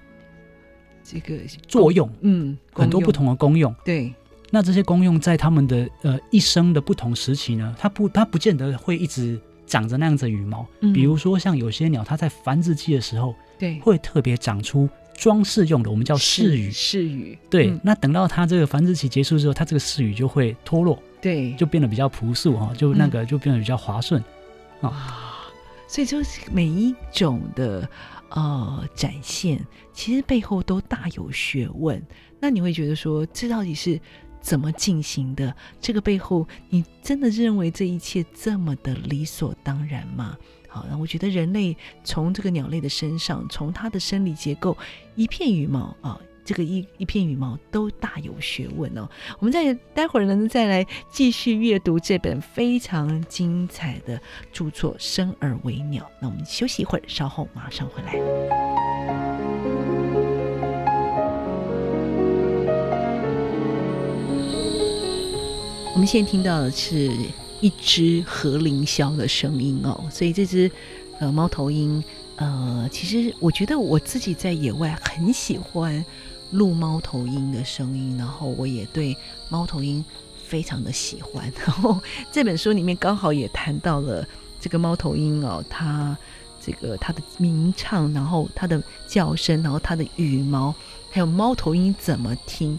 A: 这个
B: 作用，
A: 嗯
B: 很多
A: 功用
B: 不同的功用。
A: 对
B: 那这些功用在它们的呃一生的不同时期呢，它不它不见得会一直长着那样子的羽毛。
A: 嗯
B: 比如说像有些鸟，它在繁殖期的时候
A: 对
B: 会特别长出装饰用的，我们叫
A: 是
B: 饰羽。
A: 是羽
B: 对，
A: 嗯
B: 那等到它这个繁殖期结束之后，它这个饰羽就会脱落，
A: 对
B: 就变得比较朴素
A: 嗯
B: 哈、哦，就那个就变得比较滑顺。
A: 啊，所以就是每一种的呃展现，其实背后都大有学问。那你会觉得说，这到底是怎么进行的？这个背后，你真的认为这一切这么的理所当然吗？好，那我觉得人类从这个鸟类的身上，从它的生理结构，一片羽毛啊。这个一一片羽毛都大有学问哦。我们再待会儿呢，再来继续阅读这本非常精彩的著作《生而为鸟》。那我们休息一会儿，稍后马上回来。我们现在听到的是一只和林鸮的声音哦，所以这只呃猫头鹰，呃，其实我觉得我自己在野外很喜欢录猫头鹰的声音，然后我也对猫头鹰非常的喜欢。然后这本书里面刚好也谈到了这个猫头鹰哦，它这个它的鸣唱，然后它的叫声，然后它的羽毛，还有猫头鹰怎么听。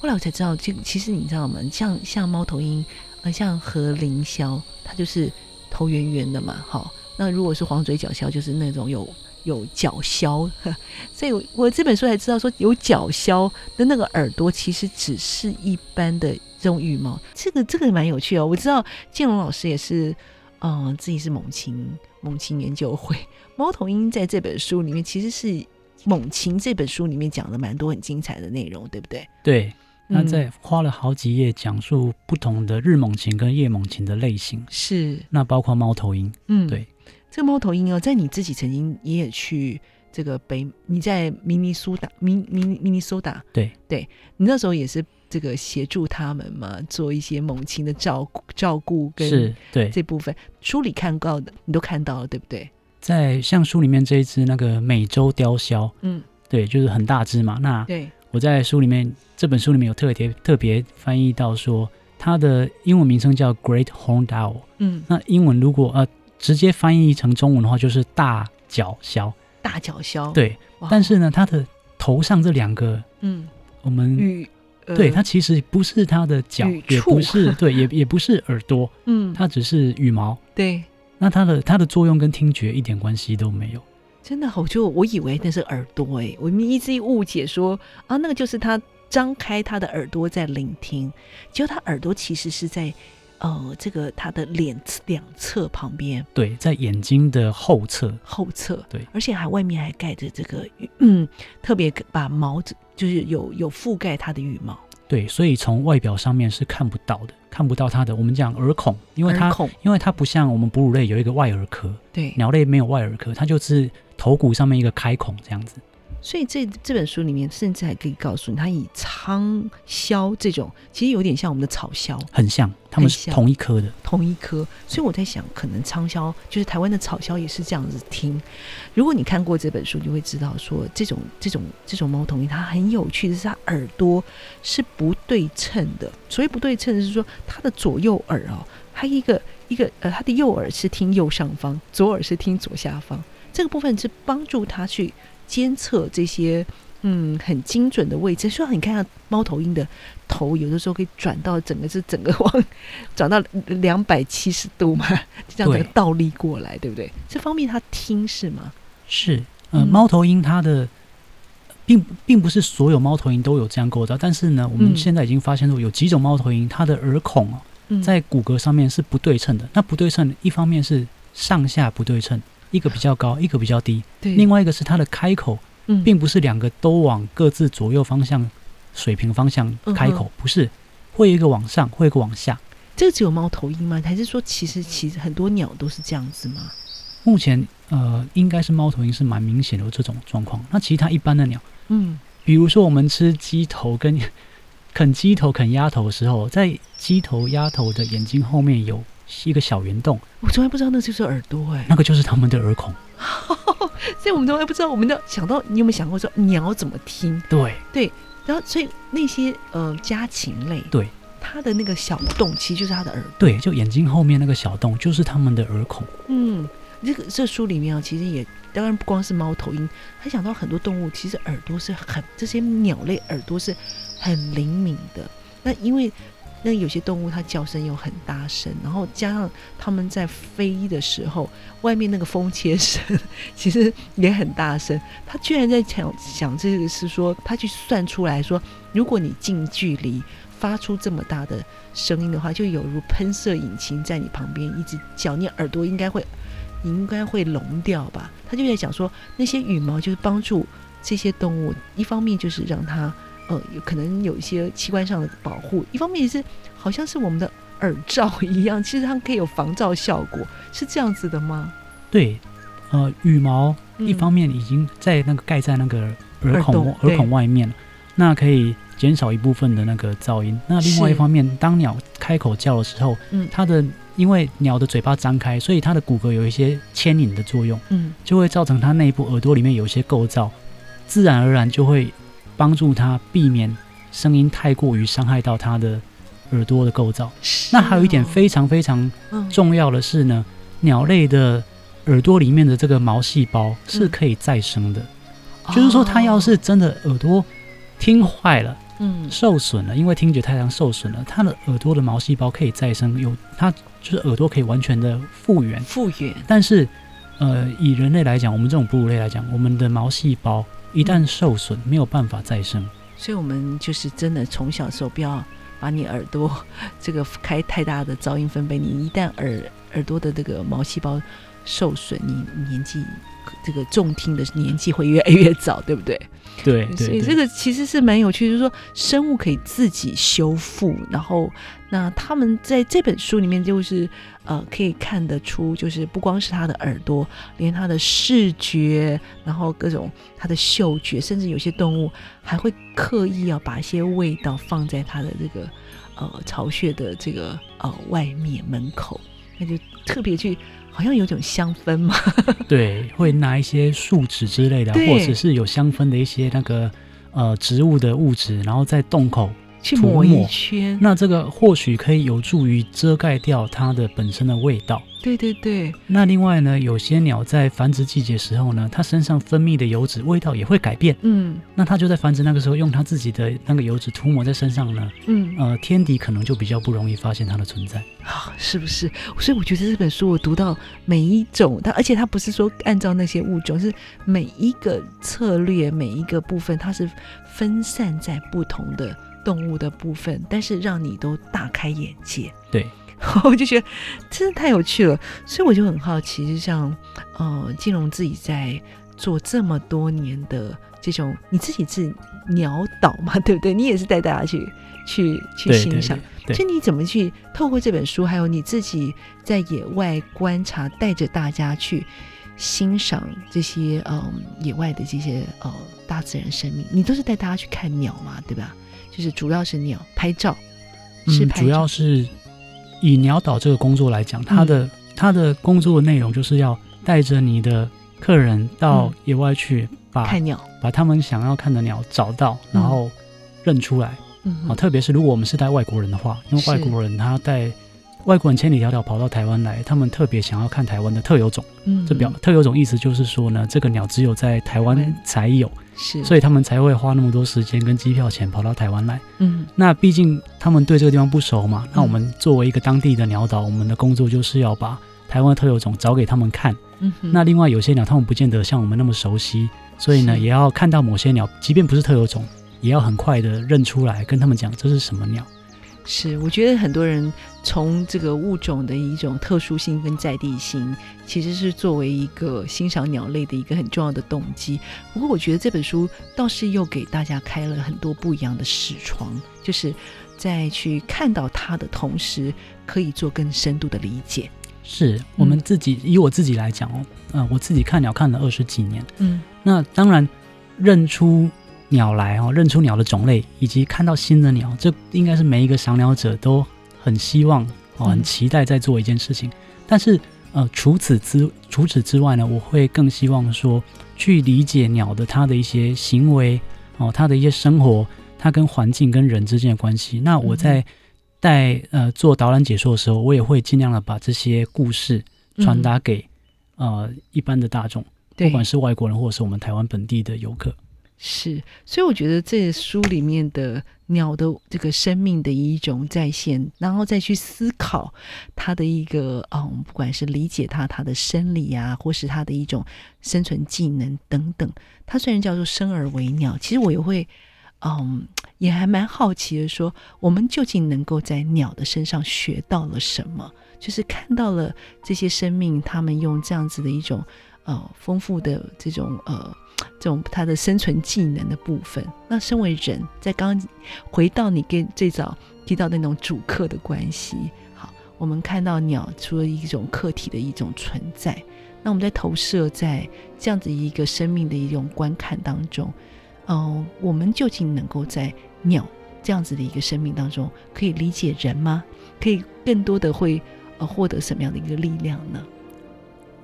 A: 我后来我才知道，就其实你知道吗？像像猫头鹰，呃，像和凌霄，它就是头圆圆的嘛，哈。那如果是黄嘴角鸮，就是那种有有角鸮，呵 *laughs* 所以我我这本书才知道说，有角鸮的那个耳朵其实只是一般的这种羽毛，这个这个蛮有趣哦。我知道建龙老师也是，嗯、自己是猛禽猛禽研究会， *laughs* 猫头鹰在这本书里面其实是《猛禽》这本书里面讲了蛮多很精彩的内容，对不对？
B: 对，那
A: 嗯
B: 啊在花了好几页讲述不同的日猛禽跟夜猛禽的类型，
A: 是
B: 那包括猫头鹰。
A: 嗯，
B: 对，
A: 这个猫头鹰哦，在你自己曾经你也去这个北，你在明尼苏达，明明明尼苏达，
B: 对
A: 对，你那时候也是这个协助他们嘛，做一些猛禽的照顾照顾跟
B: 是对，
A: 这部分书里看到的，你都看到了，对不对？
B: 在像书里面这一只那个美洲雕鸮，
A: 嗯，
B: 对，就是很大只嘛。那
A: 对，
B: 我在书里面这本书里面有特别特别翻译到说，它的英文名称叫 Great Horned Owl。
A: 嗯，
B: 那英文如果呃直接翻译成中文的话，就是大角鸮。
A: 大脚鸮，，
B: 对，但是呢，它的头上这两个，
A: 嗯，
B: 我们
A: 羽，呃
B: 对它，其实不是它的角
A: 羽，
B: 也
A: 触
B: 不是对，也也不是耳朵，
A: 嗯，
B: 它只是羽毛。
A: 对，
B: 那它的它的作用跟听觉一点关系都没有。
A: 真的好，我就我以为那是耳朵哎、我们一直误解说啊，那个就是他张开他的耳朵在聆听，结果他耳朵其实是在呃这个他的脸两侧旁边
B: 对，在眼睛的后侧，
A: 后侧，
B: 对
A: 而且还外面还盖着这个嗯，特别把毛就是有有覆盖它的羽毛，
B: 对，所以从外表上面是看不到的，看不到它的。我们讲耳孔，因为
A: 耳
B: 它
A: 孔
B: 因为它不像我们哺乳类有一个外耳壳，
A: 对，
B: 鸟类没有外耳壳，它就是头骨上面一个开孔这样子。
A: 所以这这本书里面甚至还可以告诉你，它以苍鸮这种其实有点像我们的草鸮，
B: 很像，它
A: 很
B: 们是
A: 像
B: 同一科的。
A: 同一科，所以我在想，可能畅销就是台湾的草销也是这样子听。如果你看过这本书，就会知道说，这种这种这种猫头鹰，它很有趣的是，它耳朵是不对称的。所谓不对称，是说它的左右耳哦，它一个一个呃，它的右耳是听右上方，左耳是听左下方。这个部分是帮助它去监测这些。嗯，很精准的位置，所以你看猫头鹰的头，有的时候可以转到整个是整个往 *laughs* 转到两百七十度嘛，就这样
B: 对
A: 整个倒立过来，对不对？这方面它听是吗？
B: 是，呃，
A: 嗯
B: 猫头鹰它的并并不是所有猫头鹰都有这样构造，但是呢，我们
A: 嗯
B: 现在已经发现说有几种猫头鹰，它的耳孔哦，
A: 嗯，
B: 在骨骼上面是不对称的。那不对称，一方面是上下不对称，一个比较高，一个比较低；
A: 对，
B: 另外一个是它的开口，
A: 嗯
B: 并不是两个都往各自左右方向、水平方向开口，不是，会有一个往上，会有一个往下。
A: 这个只有猫头鹰吗？还是说其实其实很多鸟都是这样子吗？
B: 目前呃，应该是猫头鹰是蛮明显的这种状况。那其他一般的鸟，
A: 嗯，
B: 比如说我们吃鸡头跟 *laughs* 啃鸡头、啃鸭头的时候，在鸡头、鸭头的眼睛后面有一个小圆洞，
A: 我从来不知道那就是耳朵哎、
B: 那个就是它们的耳孔。
A: *laughs* 所以我们从来不知道，我们都想到你有没有想过说鸟怎么听？
B: 对，
A: 然后所以那些呃家禽类，
B: 对，
A: 它的那个小洞其实就是它的耳朵。
B: 对，就眼睛后面那个小洞就是它们的耳孔。
A: 嗯，这个这书里面啊，其实也当然不光是猫头鹰，还讲到很多动物，其实耳朵是很这些鸟类耳朵是很灵敏的。那因为那有些动物它叫声又很大声，然后加上它们在飞的时候，外面那个风切声 *laughs* 其实也很大声。他居然在想想这个是说，他去算出来说，如果你近距离发出这么大的声音的话，就有如喷射引擎在你旁边一直叫，你耳朵应该会，你应该会聋掉吧？他就在讲说，那些羽毛就是帮助这些动物，一方面就是让它，呃，有可能有一些器官上的保护，一方面也是好像是我们的耳罩一样，其实它可以有防噪效果，是这样子的吗？
B: 对，呃，羽毛一
A: 嗯
B: 方面已经在那个盖在那个
A: 耳
B: 耳孔
A: 洞
B: 耳孔外面了，那可以减少一部分的那个噪音。那另外一
A: 是
B: 方面，当鸟开口叫的时候，
A: 嗯
B: 它的因为鸟的嘴巴张开，所以它的骨骼有一些牵引的作用，
A: 嗯，
B: 就会造成它内部耳朵里面有一些构造，自然而然就会帮助它避免声音太过于伤害到它的耳朵的构造。那还有一点
A: 是哦
B: 非常非常
A: 嗯
B: 重要的是呢，鸟类的耳朵里面的这个毛细胞
A: 嗯
B: 是可以再生的，就是说它要是真的耳朵听坏了，
A: 嗯
B: 受损了，因为听觉太强受损了，它的耳朵的毛细胞可以再生，有它就是耳朵可以完全的复原。
A: 复原，
B: 但是，呃，以人类来讲，我们这种哺乳类来讲，我们的毛细胞一旦受损，没有办法再生。
A: 所以我们就是真的从小的时候不要把你耳朵这个开太大的噪音分贝，你一旦耳耳朵的这个毛细胞受损，你年纪这个重听的年纪会越来越早，对不对？
B: 对
A: 所以
B: 对
A: 这
B: 对，
A: 个其实是蛮有趣，就是说生物可以自己修复，然后那他们在这本书里面就是呃可以看得出，就是不光是他的耳朵，连他的视觉，然后各种他的嗅觉，甚至有些动物还会刻意要把一些味道放在它的这个呃巢穴的这个呃外面门口，那就特别去好像有种香氛嘛，
B: 对会拿一些树脂之类的，
A: 对
B: 或者是有香氛的一些那个呃植物的物质，然后在洞口。
A: 去
B: 涂
A: 抹一
B: 抹
A: 圈，
B: 那这个或许可以有助于遮盖掉它的本身的味道。
A: 对对对，
B: 那另外呢，有些鸟在繁殖季节时候呢，它身上分泌的油脂味道也会改变。
A: 嗯
B: 那它就在繁殖那个时候，用它自己的那个油脂涂抹在身上呢，
A: 嗯。
B: 呃，天敌可能就比较不容易发现它的存在。
A: 啊，是不是？所以我觉得这本书我读到每一种，它而且它不是说按照那些物种，是每一个策略、每一个部分，它是分散在不同的动物的部分，但是让你都大开眼界。
B: 对，
A: *laughs* 我就觉得真的太有趣了，所以我就很好奇，就像呃，金融自己在做这么多年的这种，你自己是鸟岛嘛，对不对？你也是带大家去去去
B: 对
A: 欣
B: 对
A: 赏
B: 对。对
A: 就你怎么去透过这本书，还有你自己在野外观察，带着大家去欣赏这些嗯野外的这些呃大自然生命，你都是带大家去看鸟嘛，对吧？就是主要是鸟拍照，是
B: 嗯，
A: 拍
B: 主
A: 照，
B: 要是以鸟导这个工作来讲，
A: 嗯
B: 它的、它的工作内容就是要带着你的客人到
A: 嗯
B: 野外去把，把、
A: 看鸟，
B: 他们想要看的鸟找到，然
A: 嗯
B: 后认出来。
A: 嗯
B: 啊，
A: 哼，
B: 特别是如果我们是带外国人的话，因为
A: 是
B: 外国人他带外国人千里迢迢跑到台湾来，他们特别想要看台湾的特有种。
A: 嗯
B: 这表特有种意思就是说呢，这个鸟只有在台
A: 台
B: 湾
A: 湾嗯
B: 才有，
A: 是，
B: 所
A: 以
B: 以他们才会花那么多时间跟机票钱跑到台湾来。
A: 嗯
B: 那毕竟他们对这个地方不熟嘛，
A: 嗯
B: 那我们作为一个当地的鸟导，我们的工作就是要把台湾的特有种找给他们看。
A: 嗯哼，
B: 那另外有些鸟他们不见得像我们那么熟悉，所以呢，
A: 是
B: 也要看到某些鸟，即便不是特有种，也要很快的认出来，跟他们讲这是什么鸟。
A: 是，我觉得很多人从这个物种的一种特殊性跟在地性，其实是作为一个欣赏鸟类的一个很重要的动机。不过，我觉得这本书倒是又给大家开了很多不一样的视窗，就是在去看到它的同时，可以做更深度的理解。
B: 是我们自己、以我自己来讲哦，呃，我自己看鸟看了二十几年。
A: 嗯
B: 那当然，认出鸟来哦，认出鸟的种类，以及看到新的鸟，这应该是每一个赏鸟者都很希望哦，
A: 嗯
B: 很期待在做一件事情。但是呃，除此之除此之外呢，我会更希望说去理解鸟的它的一些行为哦，它的一些生活，它跟环境跟人之间的关系。那我在带呃做导览解说的时候，我也会尽量的把这些故事
A: 嗯
B: 传达给、呃一般的大众。
A: 对
B: 不管是外国人或者是我们台湾本地的游客。
A: 是，所以我觉得这书里面的鸟的这个生命的一种再现，然后再去思考它的一个，嗯，不管是理解它它的生理啊，或是它的一种生存技能等等。它虽然叫做生而为鸟，其实我也会，嗯，也还蛮好奇的说，我们究竟能够在鸟的身上学到了什么？就是看到了这些生命，他们用这样子的一种。呃，丰富的这种呃这种他的生存技能的部分。那身为人，在刚刚回到你跟最早提到的那种主客的关系，好，我们看到鸟除了一种客体的一种存在，那我们在投射在这样子一个生命的一种观看当中，嗯、我们究竟能够在鸟这样子的一个生命当中，可以理解人吗？可以更多的会呃获得什么样的一个力量呢？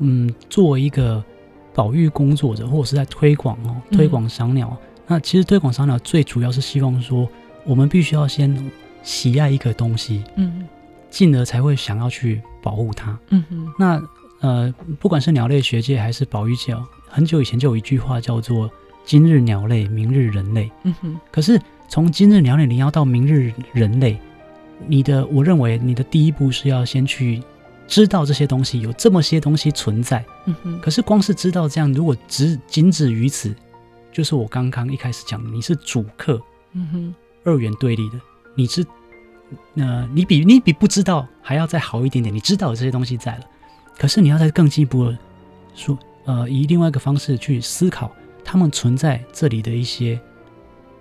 B: 嗯，作为一个保育工作者，或者是在推广哦，
A: 嗯
B: 推广赏鸟。那其实推广赏鸟最主要是希望说，我们必须要先喜爱一个东西，
A: 嗯
B: 进而才会想要去保护它。
A: 嗯哼，
B: 那呃，不管是鸟类学界还是保育界哦，很久以前就有一句话叫做“今日鸟类，明日人类
A: 嗯哼，”。
B: 可是从今日鸟类零幺到明日人类，你的我认为你的第一步是要先去知道这些东西有这么些东西存在。
A: 嗯哼，
B: 可是光是知道这样，如果只仅止于此，就是我刚刚一开始讲的，你是主客
A: 嗯哼，
B: 二元对立的，你知，呃，你比你比不知道还要再好一点点，你知道有这些东西在了，可是你要再更进一步的说，呃，以另外一个方式去思考，他们存在这里的一些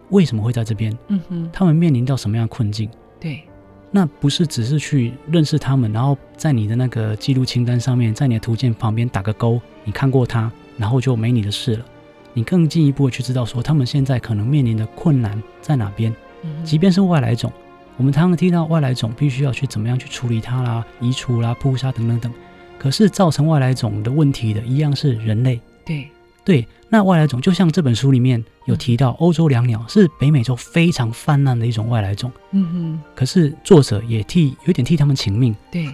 B: 为什么会在这边，
A: 嗯哼，
B: 他们面临到什么样的困境。
A: 对，
B: 那不是只是去认识他们，然后在你的那个记录清单上面，在你的图鉴旁边打个勾，你看过它，然后就没你的事了。你更进一步的去知道说，他们现在可能面临的困难在哪边，
A: 嗯哼
B: 即便是外来种，我们常常听到外来种必须要去怎么样去处理它啦、移除啦、扑杀等等等。可是造成外来种的问题的一样是人类。
A: 对，
B: 对，那外来种就像这本书里面有提到，欧洲椋鸟是北美洲非常泛滥的一种外来种。
A: 嗯
B: 可是作者也替有点替他们请命，
A: 哼，对，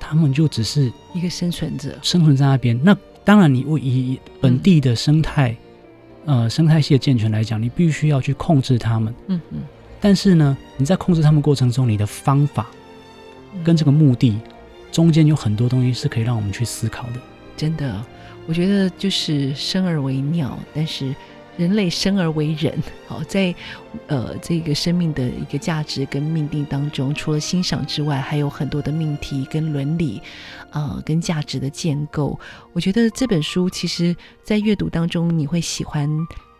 B: 他们就只是
A: 一个生存者，
B: 生存在那边。那当然，你以本地的生态，呃，生态系的健全来讲，你必须要去控制他们。
A: 嗯哼，
B: 但是呢，你在控制他们过程中，你的方法
A: 嗯
B: 跟这个目的中间有很多东西是可以让我们去思考的。
A: 真的，我觉得就是生而为鸟，但是人类生而为人， *laughs* 好在呃这个生命的一个价值跟命定当中，除了欣赏之外，还有很多的命题跟伦理，呃跟价值的建构。我觉得这本书其实在阅读当中，你会喜欢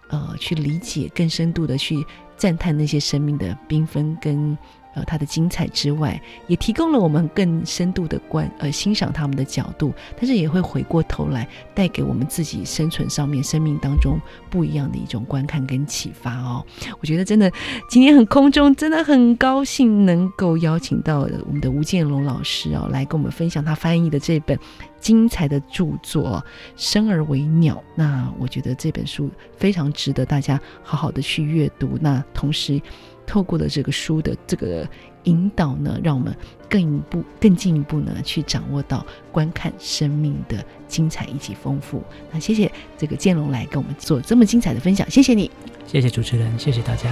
A: 呃去理解更深度的去赞叹那些生命的缤纷跟。呃，它的精彩之外，也提供了我们更深度的观呃欣赏他们的角度，但是也会回过头来带给我们自己生存上面、生命当中不一样的一种观看跟启发哦。我觉得真的今天很空中，真的很高兴能够邀请到我们的吴建龙老师哦，来跟我们分享他翻译的这本精彩的著作哦《生而为鸟》。那我觉得这本书非常值得大家好好的去阅读。那同时。透过了这个书的这个引导呢，让我们更一步、更进一步呢，去掌握到观看生命的精彩以及丰富。那谢谢这个建龙来跟我们做这么精彩的分享，谢谢你。
B: 谢谢主持人，谢谢大家。